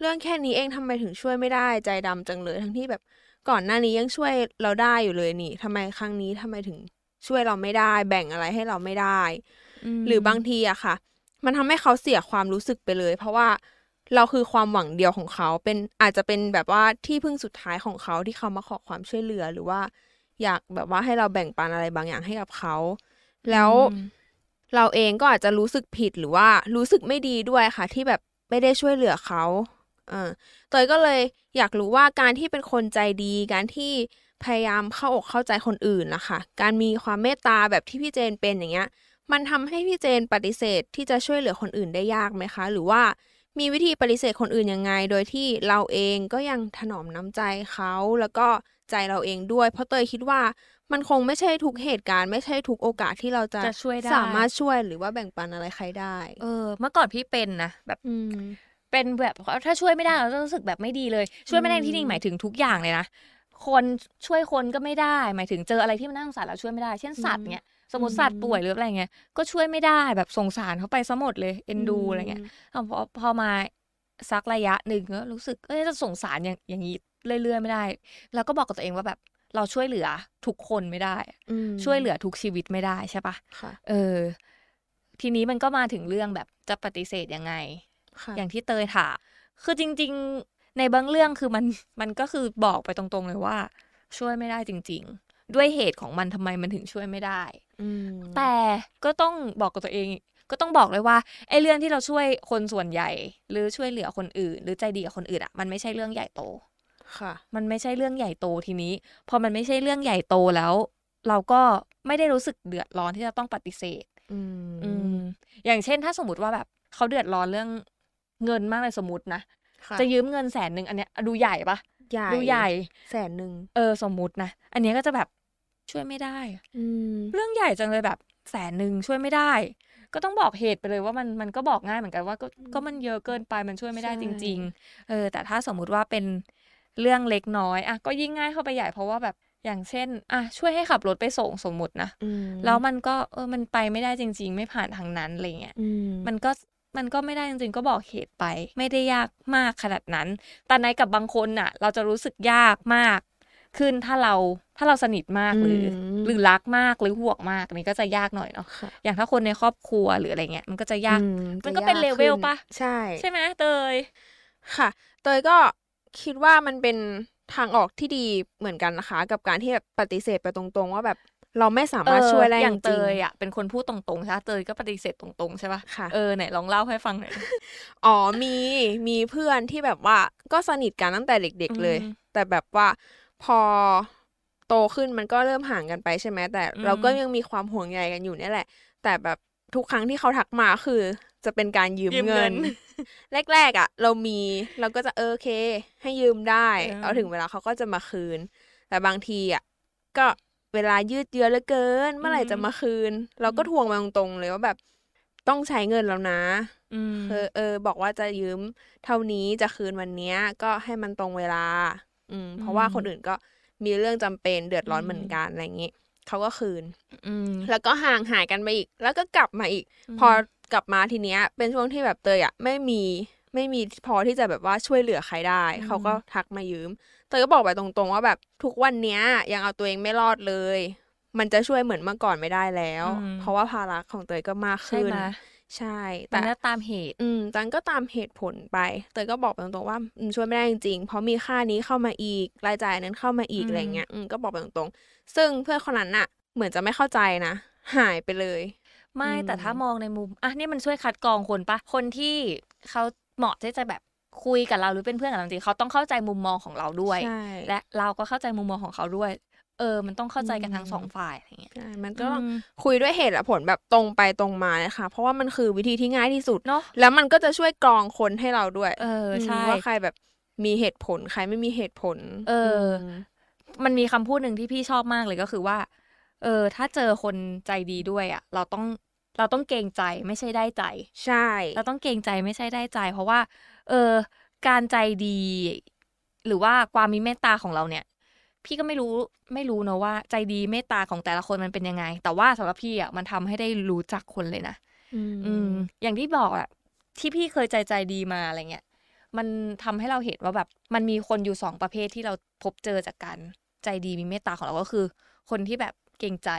Speaker 3: เรื่องแค่นี้เองทำไมถึงช่วยไม่ได้ใจดำจังเลย ทั้งที่แบบก่อนหน้านี้ยังช่วยเราได้อยู่เลยนี่ทำไมครั้งนี้ทำไมถึง ช่วยเราไม่ได้ แบ่งอะไรให้เราไม่ได้
Speaker 4: ม
Speaker 3: หรือบางทีอะค่ะ มันทำให้เขาเสียความรู้สึกไปเลย เพราะว่าเราคือความหวังเดียวของเขาเป็นอาจจะเป็นแบบว่าที่พึ่งสุดท้ายของเขาที่เขามาขอความช่วยเหลือหรือว่า อยากแบบว่าให้เราแบ่งปันอะไรบางอย่างให้กับเขา แล้ว
Speaker 4: อืม
Speaker 3: เราเองก็อาจจะรู้สึกผิดหรือว่ารู้สึกไม่ดีด้วยค่ะ ที่แบบไม่ได้ช่วยเหลือเขาเออเตยก็เลยอยากรู้ว่าการที่เป็นคนใจดี การที่พยายามเข้าอกเข้าใจคนอื่นนะคะ การมีความเมตตาแบบที่พี่เจนเป็นอย่างเงี้ย มันทำให้พี่เจนปฏิเสธที่จะช่วยเหลือคนอื่นได้ยากไหมคะ หรือว่ามีวิธีปฏิเสธคนอื่นยังไง โดยที่เราเองก็ยังถนอมน้ำใจเขา แล้วก็ใจเราเองด้วย เพราะเตยคิดว่ามันคงไม่ใช่ทุกเหตุการณ์ไม่ใช่ทุกโอกาสที่เราจะ
Speaker 4: จะช่วยได้
Speaker 3: สามารถช่วยหรือว่าแบ่งปันอะไรใครได้
Speaker 4: เออ เมื่อก่อนพี่เป็นนะแบบ
Speaker 3: อืม
Speaker 4: เป็นแบบถ้าช่วยไม่ได้เราจะรู้สึกแบบไม่ดีเลย ช่วยไม่ได้
Speaker 3: อืม
Speaker 4: ที่นี่หมายถึงทุกอย่างเลยนะคนช่วยคนก็ไม่ได้ หมายถึงเจออะไรที่มันน่าสงสารเราช่วยไม่ได้ เช่นสัตว์เนี้ยสมมติสัตว์ป่วยหรืออะไรเงี้ยก็ช่วยไม่ได้แบบสงสารเขาไปซะหมดเลยเอ็นดูอะไรเงี้ย อ่ะพอพอมาสักระยะหนึ่งก็รู้สึกเอ้ยจะสงสารอย่างอย่างนี้เรื่อยๆไม่ได้ แล้วก็บอกกับตัวเองว่าแบบเราช่วยเหลือทุกคนไม่ได้
Speaker 3: อืม
Speaker 4: ช่วยเหลือทุกชีวิตไม่ได้ใช่ปะ
Speaker 3: ค่ะ
Speaker 4: เออ ทีนี้มันก็มาถึงเรื่องแบบจะปฏิเสธยังไง
Speaker 3: ค่ะ
Speaker 4: อย่างที่เตยถามคือจริง ๆ ในบางเรื่องคือมัน มันก็คือบอกไปตรงๆเลยว่า ช่วยไม่ได้จริง ๆ ด้วยเหตุของมันทำไมมันถึงช่วยไม่ได้
Speaker 3: อืม
Speaker 4: แต่ก็ต้องบอกกับตัวเอง ก็ต้องบอกเลยว่าไอ้เรื่องที่เราช่วยคนส่วนใหญ่ หรือช่วยเหลือคนอื่น หรือใจดีกับคนอื่นอ่ะมันไม่ใช่เรื่องใหญ่โต
Speaker 3: ค่ะ
Speaker 4: มันไม่ใช่เรื่องใหญ่โตทีนี้ พอมันไม่ใช่เรื่องใหญ่โตแล้ว เราก็ไม่ได้รู้สึกเดือดร้อนที่จะต้องปฏิเสธ
Speaker 3: อื
Speaker 4: อื
Speaker 3: ม
Speaker 4: มอย่างเช่น ถ้าสมมติว่าแบบเขาเดือดร้อนเรื่องเงินมากเลยสมมตินะ
Speaker 3: ค่ะ
Speaker 4: จะยืมเงินแสนหนึ่งอันเนี้ยดูใหญ่ปะ
Speaker 3: ใหญ่
Speaker 4: ดูใหญ่
Speaker 3: แสนหนึ่ง
Speaker 4: เออสมมตินะอันเนี้ยก็จะแบบช่วยไม่ได้
Speaker 3: อืม
Speaker 4: เรื่องใหญ่จังเลยแบบแสนหนึ่งช่วยไม่ได้ ก็ต้องบอกเหตุไปเลยว่ามันมันก็บอกง่ายเหมือนกันว่าก็ก็มันเยอะเกินไปมันช่วยไม่ได้จริง ๆ เออ แต่ถ้าสมมุติว่าเป็นเรื่องเล็กน้อยอ่ะก็ยิ่งง่ายเข้าไปใหญ่เพราะว่าแบบอย่างเช่นอ่ะช่วยให้ขับรถไปส่งสมมตินะ
Speaker 3: อืม
Speaker 4: แล้วมันก็เออมันไปไม่ได้จริง ๆ ไม่ผ่านทางนั้นอะไรเงี้ย
Speaker 3: อืม
Speaker 4: มันก็มันก็ไม่ได้จริงๆ ก็บอกเหตุไป ไม่ได้ยากมากขนาดนั้น แต่ในกับบางคนน่ะ เราจะรู้สึกยากมาก ขึ้นถ้าเราถ้าเราสนิทมากหรืออ
Speaker 3: ม
Speaker 4: หรือรักมากหรือห่วงมากอันนี้ก็จะยากหน่อยเนาะ
Speaker 3: ค่ะ
Speaker 4: อย่างถ้าคนในครอบครัวหรืออะไรเงี้ยมันก็จะยาก
Speaker 3: อื
Speaker 4: มันก็เป็น
Speaker 3: จะยา
Speaker 4: เลเวล
Speaker 3: ขึ้น
Speaker 4: ปะ
Speaker 3: ใช่
Speaker 4: ใช่ไหมเตย
Speaker 3: ค่ะ เตยก็คิดว่ามันเป็นทางออกที่ดีเหมือนกันนะคะ กับการที่แบบปฏิเสธไปตรงๆ ว่าแบบเราไม่สามารถ
Speaker 4: เออ
Speaker 3: ช่วยได้
Speaker 4: อ
Speaker 3: จ
Speaker 4: ย่างเต
Speaker 3: ริง
Speaker 4: ยอ่ะเป็นคนพูดตรงๆใช่ปะเตยก็ปฏิเสธตรงๆใช่ปะ
Speaker 3: ค่ะ
Speaker 4: เออไหนลองเล่าให้ฟังหน่อย
Speaker 3: ๆอ๋อมีมีเพื่อนที่แบบว่าก็สนิทกันตั้งแต่เด็ก ๆ เลย แต่แบบว่าพอโตขึ้นมันก็เริ่มห่างกันไปใช่ไหมแต่เราก็ยังมีความห่วงใยกันอยู่เนี่ยแหละ แต่แบบทุกครั้งที่เขาทักมาคือ จะเป็นการยืมเงิน แรกๆอ่ะ เรามีเราก็จะเออโอเค ให้ยืมได้
Speaker 4: เออ
Speaker 3: เอาถึงเวลาเขาก็จะมาคืน แต่บางทีอ่ะก็เวลายืดเยื้อเหลือเกิน เมื่อไหร่จะมาคืน เราก็ทวงมาตรงๆเลยว่าแบบต้องใช้เงินแล้วนะ
Speaker 4: อืม
Speaker 3: เออเออบอกว่าจะยืมเท่านี้จะคืนวันเนี้ย ก็ให้มันตรงเวลา อืม เพราะว่าคนอื่นก็มีเรื่องจำเป็นเดือดร้อนเหมือนกันอะไรอย่างงี้เขาก็คืน
Speaker 4: อืม
Speaker 3: แล้วก็ห่างหายกันไปอีก แล้วก็กลับมาอีก
Speaker 4: อืม
Speaker 3: พอกลับมาทีเนี้ย เป็นช่วงที่แบบเตยอ่ะไม่มีไม่มีพอที่จะแบบว่าช่วยเหลือใครได้ เขาก็ทักมายืม เตยก็บอกไปตรงๆว่าแบบทุกวันเนี้ยยังเอาตัวเองไม่รอดเลย มันจะช่วยเหมือนเมื่อก่อนไม่ได้แล้ว
Speaker 4: อืม
Speaker 3: เพราะว่าภาระของเตยก็มาก
Speaker 4: ใช่
Speaker 3: ขึ้น
Speaker 4: ไหม
Speaker 3: ใช่
Speaker 4: แต่น่าตามเหตุ
Speaker 3: อืมตันก็ตามเหตุผลไป เตยก็บอกไปตรงๆว่าอืมช่วยไม่ได้จริงๆ เพราะมีค่านี้เข้ามาอีก รายจ่ายนั้นเข้ามาอีก
Speaker 4: อืม
Speaker 3: อะไรเงี้ย อืมก็บอกไปตรงๆ ซึ่งเพื่อนคนนั้นน่ะ เหมือนจะไม่เข้าใจนะ หายไปเลย
Speaker 4: ไม่
Speaker 3: อืม
Speaker 4: แต่ถ้ามองในมุมอ่ะนี่มันช่วยคัดกรองคนปะคนที่เขาเหมาะที่จะแบบคุยกับเราหรือเป็นเพื่อนกับเราจริงๆเขาต้องเข้าใจมุมมองของเราด้วย
Speaker 3: ใช่
Speaker 4: และเราก็เข้าใจมุมมองของเขาด้วย เออ มันต้องเข้าใจกัน
Speaker 3: อืม
Speaker 4: ทั้งสองฝ่ายอะไรเงี้ย
Speaker 3: ใช่ มันก็ต้อง
Speaker 4: อืม
Speaker 3: คุยด้วยเหตุและผลแบบตรงไปตรงมานะคะ เพราะว่ามันคือวิธีที่ง่ายที่สุด
Speaker 4: เนาะ
Speaker 3: แล้วมันก็จะช่วยกรองคนให้เราด้วย
Speaker 4: เออใช่
Speaker 3: มว่าใครแบบมีเหตุผล ใครไม่มีเหตุผล
Speaker 4: เอออื
Speaker 3: ม
Speaker 4: มันมีคำพูดหนึ่งที่พี่ชอบมากเลยก็คือว่า เออ ถ้าเจอคนใจดีด้วยอ่ะ เราต้อง เราต้องเกรงใจไม่ใช่ได้ใจ
Speaker 3: ใช่
Speaker 4: เราต้องเกรงใจไม่ใช่ได้ใจ เพราะว่า เออ การใจดี หรือว่าความมีเมตตาของเราเนี่ย พี่ก็ไม่รู้ไม่รู้เนอะว่าใจดีเมตตาของแต่ละคนมันเป็นยังไง แต่ว่าสำหรับพี่อ่ะมันทำให้ได้รู้จักคนเลยนะ อืมอย่างที่บอกอะที่พี่เคยใจใจดีมาอะไรเงี้ยมันทำให้เราเห็นว่าแบบ มันมีคนอยู่สองประเภทที่เราพบเจอจากการใจดีมีเมตตาของเราก็คือ คนที่แบบ เกรงใจ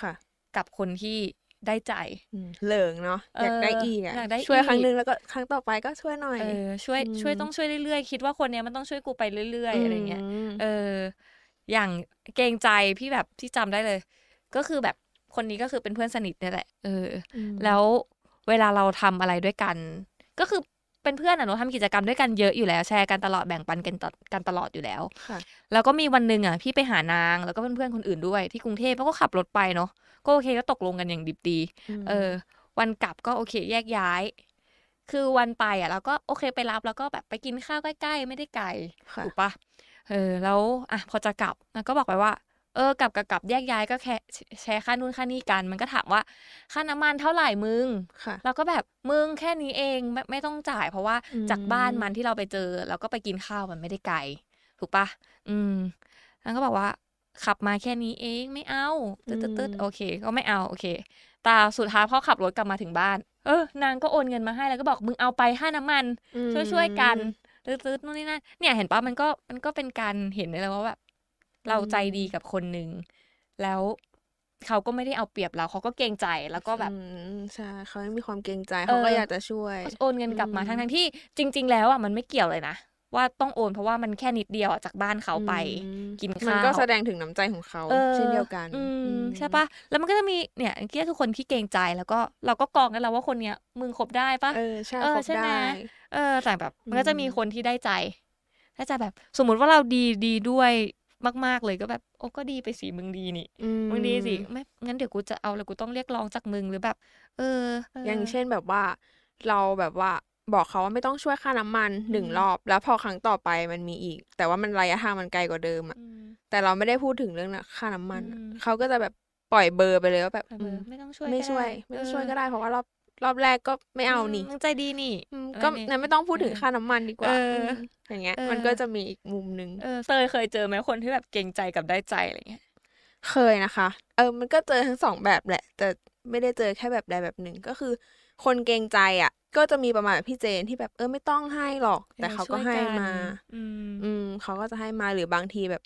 Speaker 3: ค่ะ
Speaker 4: กับคนที่ได้ใจ
Speaker 3: อืมเหลิงเนาะอยากได้อีกอะ
Speaker 4: เอออยากได้
Speaker 3: ช่วยครั้ง
Speaker 4: อีก
Speaker 3: หนึ่งแล้วก็ครั้งต่อไปก็ช่วยหน่อย
Speaker 4: เออช่วย
Speaker 3: อืม
Speaker 4: ช่วยต้องช่วยเรื่อยๆ คิดว่าคนเนี้ยมันต้องช่วยกูไปเรื่อยๆอะไรเงี้ย
Speaker 3: ม
Speaker 4: เออ อย่างเกรงใจพี่แบบที่จำได้เลย ก็คือแบบคนนี้ก็คือเป็นเพื่อนสนิทเนี่ยแหละเอออ
Speaker 3: ม
Speaker 4: แล้วเวลาเราทำอะไรด้วยกัน ก็คือเป็นเพื่อนอะเนอะทำกิจกรรมด้วยกันเยอะอยู่แล้วแชร์กันตลอดแบ่งปันกันตกันตลอดอยู่แล้ว
Speaker 3: ค่ะ
Speaker 4: แล้วก็มีวันหนึ่งอ่ะพี่ไปหานางแล้วก็เพื่อนๆคนอื่นด้วยที่กรุงเทพแล้วก็ขับรถไปเนาะก็โอเคก็ตกลงกันอย่างดิบดี เออ วันกลับก็โอเคแยกย้าย คือวันไปอ่ะเราก็โอเคไปรับแล้วก็แบบไปกินข้าวใกล้ๆ ไม่ได้ไกล
Speaker 3: ค่ะ
Speaker 4: ถูกปะเออแล้วอ่ะพอจะกลับนางก็บอกไปว่า เออกลับกับกลับแยกย้ายก็แค่แชร์ค่านู่นค่านี่กัน มันก็ถามว่าค่าน้ำมันเท่าไหร่มึง
Speaker 3: ค่ะ
Speaker 4: เราก็แบบมึงแค่นี้เองไม่ไม่ต้องจ่าย เพราะว่า
Speaker 3: อืม
Speaker 4: จากบ้านมันที่เราไปเจอเราก็ไปกินข้าวมันไม่ได้ไกล ถูกปะอืมนางก็บอกว่า ขับมาแค่นี้เองไม่เอาตึ๊ดตึ๊ดตึ๊ดโอเค ก็ไม่เอาโอเคแต่สุดท้ายพอขับรถกลับมาถึงบ้าน เออนางก็โอนเงินมาให้แล้วก็บอกมึงเอาไปค่าน้ำมัน ช่วยช่วยๆกันตืดๆนู่นนี่นั่นเนี่ยเห็นปะมันก็มันก็เป็นการเห็นได้เลยว่าแบบเราใจดีกับคนหนึ่งแล้วเขาก็ไม่ได้เอาเปรียบเราเขาก็เกรงใจแล้วก็แบบ
Speaker 3: อืมใช่เขาไม่มีความเกรงใจ
Speaker 4: เออ
Speaker 3: เขาก็อยากจะช่วย
Speaker 4: โอนเงินกลับมา
Speaker 3: อืม
Speaker 4: ทั้งทั้งๆที่จริง ๆ แล้วอ่ะมันไม่เกี่ยวเลยนะ ว่าต้องโอนเพราะว่ามันแค่นิดเดียวอ่ะจากบ้านเขาไป
Speaker 3: อืม
Speaker 4: กิน
Speaker 3: มั
Speaker 4: ข้าน ว
Speaker 3: ก็แสดงถึงน้ำใจของเขาเช่นเดียวกัน
Speaker 4: อออื
Speaker 3: อื
Speaker 4: ม
Speaker 3: ม
Speaker 4: ใช่ปะแล้วมันก็จะมีเนี่ยเกี้ยคือคนที่เกรงใจแล้วก็เราก็กรองกันแล้วว่าคนเนี้ยมึงคบได้ปะ
Speaker 3: เออใช่
Speaker 4: เออ
Speaker 3: ครบ
Speaker 4: ใช่ไหม
Speaker 3: ได้
Speaker 4: เออแต่แบบมันก็จะมี
Speaker 3: อืม
Speaker 4: คนที่ได้ใจได้ใจแบบ สมมุติว่าเราดีดีด้วยมาก ๆเลยก็แบบโอ้ก็ดีไปสิมึงดีนี่
Speaker 3: อืม
Speaker 4: มึงดีสิไม่งั้นเดี๋ยวกูจะเอาแล้วกูต้องเรียกร้องจากมึงหรือแบบ เออเออ
Speaker 3: อ
Speaker 4: อ
Speaker 3: ย่างเช่นแบบว่า เราแบบว่าบอกเขาว่าไม่ต้องช่วยค่าน้ำมันหนึ่ง
Speaker 4: อืม
Speaker 3: รอบ แล้วพอครั้งต่อไปมันมีอีก แต่ว่ามันระยะทางมันไกลกว่าเดิมอะ
Speaker 4: อืม
Speaker 3: แต่เราไม่ได้พูดถึงเรื่องนะค่าน้ำมันอะ
Speaker 4: อืม
Speaker 3: เขาก็จะแบบปล่อยเบอร์ไปเลยว่าแบบ
Speaker 4: แต่เบอร์ไม่ต้องช่วย
Speaker 3: ไม่ช่วย
Speaker 4: ก็
Speaker 3: ไม่
Speaker 4: ด้
Speaker 3: ต้องช่วย
Speaker 4: เออ
Speaker 3: ก็ได้เพราะว่ารอบรอบแรกก็ไม่เอานี่
Speaker 4: มึงใจดีนี่
Speaker 3: อืม
Speaker 4: เออ
Speaker 3: ก็
Speaker 4: เนี่ย
Speaker 3: นั้นไม่ต้องพูดถึง
Speaker 4: เออ
Speaker 3: ค่าน้ำมันดีกว่า
Speaker 4: เออ
Speaker 3: มอย่างเงี้ย
Speaker 4: เออ
Speaker 3: มันก็จะมีอีกมุมหนึ่ง
Speaker 4: เออเตยเคยเจอไหมคนที่แบบเกรงใจกับได้ใจอะไรเงี้ย
Speaker 3: เคยนะคะ เออ มันก็เจอทั้งสองแบบแหละ แต่ไม่ได้เจอแค่แบบใดแบบหนึ่งก็คือ คนเกรงใจอ่ะ ก็จะมีประมาณแบบพี่เจนที่แบบเออไม่ต้องให้หรอก แต่เขาก็ให้มา
Speaker 4: อืม
Speaker 3: อืมเขาก็จะให้มาหรือบางทีแบบ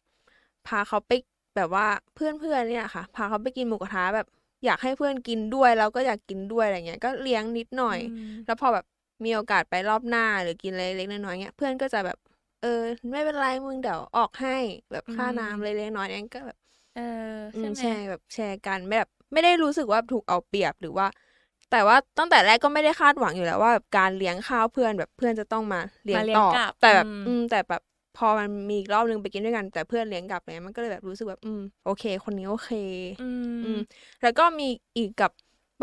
Speaker 3: พาเขาไปแบบว่าเพื่อนเพื่อนเนี่ยค่ะ พาเขาไปกินหมูกระทะแบบ อยากให้เพื่อนกินด้วยแล้วก็อยากกินด้วยอะไรเงี้ยก็เลี้ยงนิดหน่อย แล้วพอแบบมีโอกาสไปรอบหน้าหรือกินอะไรเล็กๆน้อยๆเงี้ยเพื่อนก็จะแบบ เออ ไม่เป็นไรมึงเดี๋ยวออกให้แบบค่าน้ำเล็กๆน้อยๆนั้นก็แบบ
Speaker 4: เออ
Speaker 3: อื
Speaker 4: ใช่
Speaker 3: ม
Speaker 4: ไหม
Speaker 3: แชร์แบบแชร์กันไม่แบบไม่ได้รู้สึกว่าถูกเอาเปรียบหรือว่า แต่ว่าตั้งแต่แรกก็ไม่ได้คาดหวังอยู่แล้วว่าแบบการเลี้ยงข้าวเพื่อนแบบเพื่อนจะต้องมาเลี้ยง
Speaker 4: มาเลี้ย
Speaker 3: ต่
Speaker 4: ง
Speaker 3: อก
Speaker 4: ลับ
Speaker 3: แต่แบบ
Speaker 4: อืม
Speaker 3: อืมแต่แบบพอมันมีอีกรอบนึงไปกินด้วยกัน แต่เพื่อนเลี้ยงกลับเนี่ยมันก็เลยแบบรู้สึกแบบอืมโอเค คนนี้โอเค
Speaker 4: อื
Speaker 3: อื
Speaker 4: ม
Speaker 3: มแล้วก็มีอีกกับ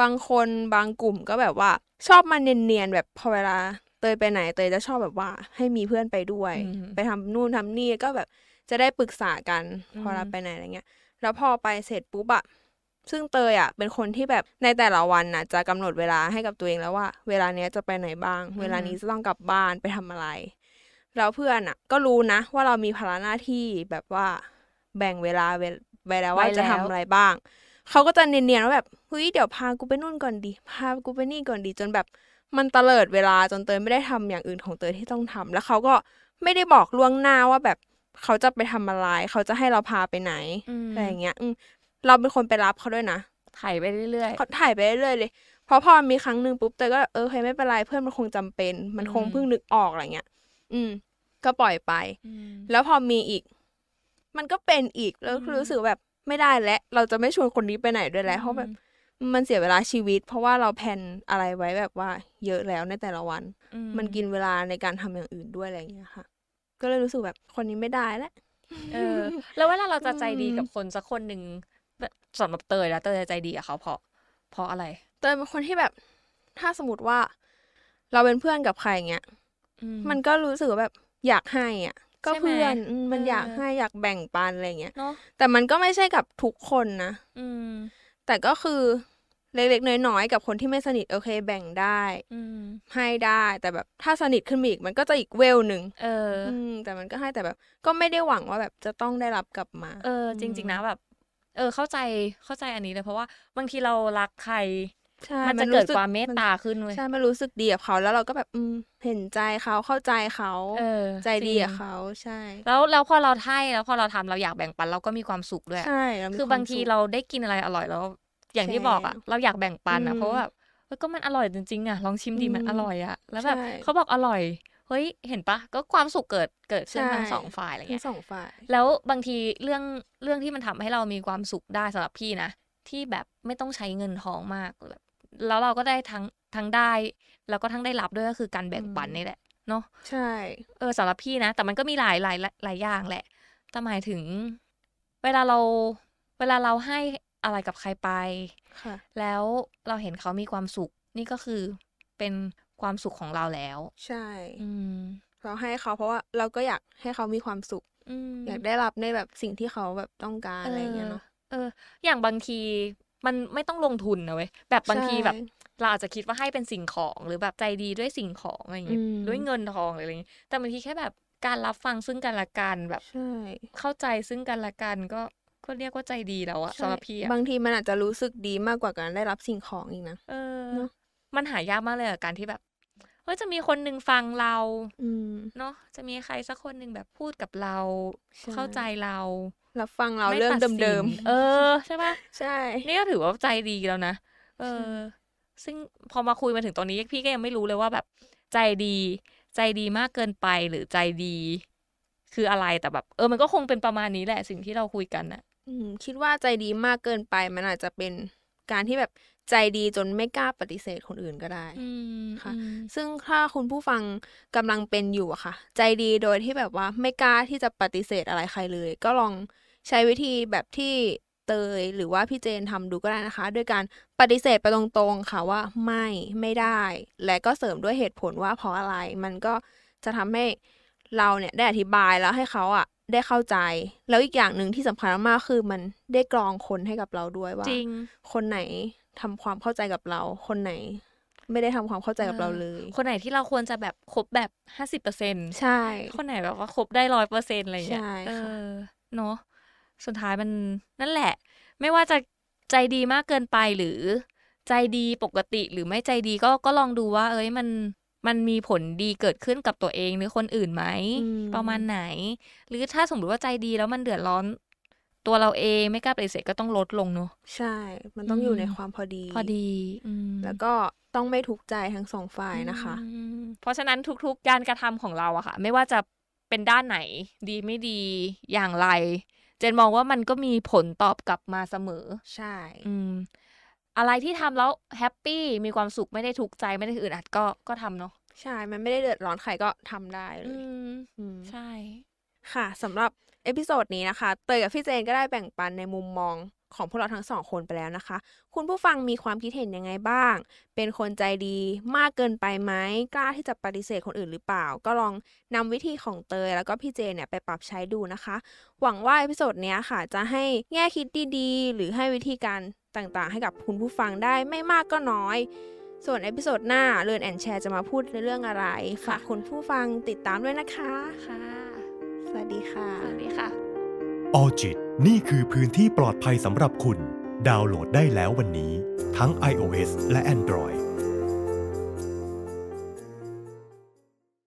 Speaker 3: บางคนบางกลุ่มก็แบบว่า ชอบมาเนียนๆแบบพอเวลาเตยไปไหนเตยจะชอบแบบว่า ให้มีเพื่อนไปด้วย
Speaker 4: อืม
Speaker 3: ไปทำนู่นทำนี่ก็แบบจะได้ปรึกษากัน
Speaker 4: อืม
Speaker 3: พอเราไปไหนอะไรเงี้ย แล้วพอไปเสร็จปุ๊บอะซึ่งเตยอะเป็นคนที่แบบในแต่ละวันน่ะ จะกำหนดเวลาให้กับตัวเองแล้วว่า เวลาเนี้ยจะไปไหนบ้าง เวลานี้จะต้องกลับบ้านไปทำอะไร แล้วเพื่อนอะก็รู้นะ ว่าเรามีภาระหน้าที่แบบว่า แบ่งเวลาเวลไปแล้วว่า
Speaker 4: ไว้แล้ว
Speaker 3: จะทำอะไรบ้าง เขาก็จะเนียนๆว่าแบบเฮ้ยเดี๋ยวพากูไปนู่นก่อนดี พากูไปนี่ก่อนดีจนแบบมันเตลิดเวลาจนเตยไม่ได้ทำอย่างอื่นของเตยที่ต้องทำแล้วเขาก็ไม่ได้บอกล่วงหน้าว่าแบบเขาจะไปทำอะไร เขาจะให้เราพาไปไหน
Speaker 4: อืม
Speaker 3: อะไรอย่างเงี้ยอืมเราเป็นคนไปรับเขาด้วยนะ
Speaker 4: ถ่ายไปเรื่อย
Speaker 3: เขาถ่ายไปเรื่อยๆเลย เพราะพอมีครั้งหนึ่งปุ๊บเตยก็เออโอเคไม่เป็นไรเพื่อนมันคงจำเป็น มันคง
Speaker 4: อืม
Speaker 3: เพิ่งนึกออกอะไรเงี้ย อืม ก็ปล่อยไป
Speaker 4: ๆอืม
Speaker 3: แล้วพอมีอีก มันก็เป็นอีกแล้ว
Speaker 4: อืม
Speaker 3: รู้สึกแบบไม่ได้แล้วเราจะไม่ชวนคนนี้ไปไหนด้วยแล้วเพราะแบบมันเสียเวลาชีวิต เพราะว่าเราแพลนอะไรไว้แบบว่า เยอะแล้วในแต่ละวัน
Speaker 4: อื
Speaker 3: มันกินเวลาในการทำอย่างอื่นด้วยอะไรอย่างเงี้ยค่ะ ก็เลยรู้สึกแบบคนนี้ไม่ได้แล้ว
Speaker 4: เออ แล้วเวลาเราจะใจดี
Speaker 3: อืม
Speaker 4: กับคนสักคนหนึ่งสำหรับเตยนะเตยจะใจดีกับเขาเพราะเพราะอะไร
Speaker 3: เตยเป็นคนที่แบบ ถ้าสมมติว่า เราเป็นเพื่อนกับใครอย่างเงี้ย
Speaker 4: อื
Speaker 3: มันก็รู้สึกว่าแบบอยากให้อ่ะ ก็
Speaker 4: ใช่ไหม
Speaker 3: เพื่อนอืมมัน
Speaker 4: เอออ
Speaker 3: อยากให้อยากแบ่งปันอะไรเงี้ย
Speaker 4: เนาะ
Speaker 3: แต่มันก็ไม่ใช่กับทุกคนนะ
Speaker 4: อืม
Speaker 3: แต่ก็คือเล็กๆน้อยๆกับคนที่ไม่สนิทโอเค แบ่งได้
Speaker 4: อืม
Speaker 3: ให้ได้ แต่แบบถ้าสนิทขึ้นมาอีกมันก็จะอีกเวลหนึ่ง
Speaker 4: เออ
Speaker 3: อืมแต่มันก็ให้แต่แบบ ก็ไม่ได้หวังว่าแบบจะต้องได้รับกลับมา
Speaker 4: เออจริง ๆ นะแบบ เออเข้าใจเข้าใจอันนี้เลยเพราะว่าบางทีเรารักใคร
Speaker 3: ใช่
Speaker 4: มันจะเกิดความเมตตาขึ้นเว้ย
Speaker 3: ใช่มันรู้สึกดีกับเขาแล้วเราก็แบบอืมเห็นใจเขาเข้าใจเขา
Speaker 4: เออ
Speaker 3: ใจดีกับ
Speaker 4: ริง
Speaker 3: เขาใช่
Speaker 4: แล้วแล้วพอเราไท่แล้วพอเราทำเราอยากแบ่งปันเราก็มีความสุขด้วย
Speaker 3: ใช่เรมี
Speaker 4: คือบางที
Speaker 3: วมสุข
Speaker 4: เราได้กินอะไรอร่อยแล้ว อย่างที่บอกอะ
Speaker 3: แชร์
Speaker 4: เราอยากแบ่งปัน
Speaker 3: อื
Speaker 4: อะ
Speaker 3: ม
Speaker 4: เพราะว่าแบบเอ้ยก็มันอร่อยจริงๆอะลองชิมดิ
Speaker 3: อืม
Speaker 4: มันอร่อยอะแล้วแบบ
Speaker 3: ใช่
Speaker 4: เขาบอกอร่อย เฮ้ยเห็นปะก็ความสุขเกิดเกิดขึ้น
Speaker 3: ใช่
Speaker 4: ทั้งสองฝ่ายอะไร
Speaker 3: ทั้
Speaker 4: เงี้
Speaker 3: ง
Speaker 4: ย
Speaker 3: สองฝ่าย
Speaker 4: แล้วบางทีเรื่องเรื่องที่มันทำให้เรามีความสุขได้สำหรับพี่นะที่แบบไม่ต้องใช้เงินทองมากแบบแล้วเราก็ได้ทั้งทั้งได้ แล้วก็ทั้งได้รับด้วยก็คือการแบ่งปัน
Speaker 3: อืม
Speaker 4: นี่แหละเนาะ
Speaker 3: ใช่
Speaker 4: เออสำหรับพี่นะ แต่มันก็มีหลายหลายหลายหลายอย่างแหละ แต่หมายถึง เวลาเรา เวลาเราให้อะไรกับใครไป
Speaker 3: ค่ะ
Speaker 4: แล้วเราเห็นเขามีความสุข นี่ก็คือเป็นความสุขของเราแล้ว
Speaker 3: ใช่
Speaker 4: อืม
Speaker 3: เราให้เขาเพราะว่าเราก็อยากให้เขามีความสุข
Speaker 4: อืม
Speaker 3: อยากได้รับในแบบสิ่งที่เขาแบบต้องการอะไรอย่างเงี้ยเนาะ
Speaker 4: เออ อย่างบางทีมันไม่ต้องลงทุนนะเว้ย แบบบางที
Speaker 3: ใช่
Speaker 4: แบบเราอาจจะคิดว่าให้เป็นสิ่งของหรือแบบใจดีด้วยสิ่งของอะไรอย่างเงี้ย
Speaker 3: อืม
Speaker 4: ด้วยเงินทองหรืออะไรอย่างเงี้ยแต่บางทีแค่แบบการรับฟังซึ่งกันและกันแบบ
Speaker 3: ใช่
Speaker 4: เข้าใจซึ่งกันและกันก็ก็เรียกว่าใจดีแล้วอะ
Speaker 3: ใช่
Speaker 4: สำหรับพี่อะ
Speaker 3: บางทีมันอาจจะรู้สึกดีมากกว่าการได้รับสิ่งของอีกนะ
Speaker 4: เออ
Speaker 3: เนอะ
Speaker 4: มันหายากมากเลยอะการที่แบบเฮ้ยจะมีคนหนึ่งฟังเรา
Speaker 3: อืม
Speaker 4: เนาะจะมีใครสักคนหนึ่งแบบพูดกับเรา
Speaker 3: ใช่
Speaker 4: เข้าใจเรา
Speaker 3: รับฟังเรา
Speaker 4: ไม่
Speaker 3: เรื่อง
Speaker 4: ตัสิน
Speaker 3: เดิม
Speaker 4: เออใช่ปะ
Speaker 3: ๆ ใช่
Speaker 4: นี่ก็ถือว่าใจดีแล้วนะเออ ซึ่งพอมาคุยมาถึงตรงนี้พี่ก็ยังไม่รู้เลยว่าแบบ ใจดี ใจดีมากเกินไปหรือใจดี คืออะไรแต่แบบ เออมันก็คงเป็นประมาณนี้แหละสิ่งที่เราคุยกันอะ
Speaker 3: อืมคิดว่าใจดีมากเกินไปมันอาจจะเป็นการที่แบบใจดีจนไม่กล้าปฏิเสธคนอื่นก็ได้
Speaker 4: อืม
Speaker 3: ค่ะ
Speaker 4: อืม
Speaker 3: ซึ่งถ้าคุณผู้ฟังกำลังเป็นอยู่อะค่ะ ใจดีโดยที่แบบว่าไม่กล้าที่จะปฏิเสธอะไรใครเลย ก็ลองใช้วิธีแบบที่เตยหรือว่าพี่เจนทำดูก็ได้นะคะ ด้วยการปฏิเสธไปตรงๆค่ะว่าไม่ไม่ได้ และก็เสริมด้วยเหตุผลว่าเพราะอะไร มันก็จะทำให้เราเนี่ยได้อธิบายแล้วให้เขาอะได้เข้าใจ แล้วอีกอย่างหนึ่งที่สำคัญมากๆคือมันได้กรองคนให้กับเราด้วยว่า
Speaker 4: จริง
Speaker 3: คนไหนทำความเข้าใจกับเรา คนไหน ไม่ได้ทำความเข้าใจกับ
Speaker 4: เออ
Speaker 3: เราเลย
Speaker 4: คนไหนที่เราควรจะแบบคบแบบห้าสิบเปอร์เซ็นต์
Speaker 3: ใช่
Speaker 4: คนไหนแบบว่าคบได้ร้อยเปอร์เซ็นต์อะไรอย่างเงี้ย
Speaker 3: ใช่
Speaker 4: เอ
Speaker 3: ค่ะ
Speaker 4: อเนาะสุดท้ายมันนั่นแหละ ไม่ว่าจะใจดีมากเกินไปหรือ ใจดีปกติหรือไม่ใจดีก็ก็ลองดูว่า เอ้ยมันมันมีผลดีเกิดขึ้นกับตัวเองหรือคนอื่นไหม
Speaker 3: อืม
Speaker 4: ประมาณไหน หรือถ้าสมมติว่าใจดีแล้วมันเดือดร้อน ตัวเราเองไม่กล้าปฏิเสธก็ต้องลดลงเนาะ
Speaker 3: ใช่ มันต้องอยู่
Speaker 4: อืม
Speaker 3: ในความพอดี
Speaker 4: พอดีอืม
Speaker 3: แล้วก็ต้องไม่ทุกข์ใจทั้งสองฝ่ายนะคะ
Speaker 4: อืมเพราะฉะนั้นทุกๆ การกระทำของเราอะค่ะ ไม่ว่าจะเป็นด้านไหน ดีไม่ดีอย่างไร เจนมองว่ามันก็มีผลตอบกลับมาเสมอ
Speaker 3: ใช่
Speaker 4: อืม อะไรที่ทำแล้วแฮปปี้มีความสุขไม่ได้ทุกข์ใจไม่ได้อึดอัดก็ก็ทำเนาะ
Speaker 3: ใช่ มันไม่ได้เดือดร้อนใครก็ทำได้เล
Speaker 4: อื
Speaker 3: ย
Speaker 4: ม
Speaker 3: อืม
Speaker 4: ใช่
Speaker 3: ค่ะสำหรับเอพิโซดนี้นะคะ เตยกับพี่เจนก็ได้แบ่งปันในมุมมองของพวกเราทั้งสองคนไปแล้วนะคะ คุณผู้ฟังมีความคิดเห็นยังไงบ้าง เป็นคนใจดีมากเกินไปไหมกล้าที่จะปฏิเสธคนอื่นหรือเปล่า ก็ลองนำวิธีของเตยแล้วก็พี่เจนเนี่ยไปปรับใช้ดูนะคะ หวังว่าเอพิโซดเนี้ยค่ะ จะให้แง่คิดดีๆ หรือให้วิธีการต่างๆ ให้กับคุณผู้ฟังได้ไม่มากก็น้อย ส่วนเอพิโซดหน้าเรือนแอนแชร์จะมาพูดในเรื่องอะไร ฝากคุณผู้ฟังติดตามด้วยนะคะ
Speaker 4: ค่ะ
Speaker 3: สวัสดีค่ะ
Speaker 4: สวัสดีค่ะ
Speaker 1: ออจิตนี่คือพื้นที่ปลอดภัยสำหรับคุณ ดาวน์โหลดได้แล้ววันนี้ ทั้ง iOS และ Android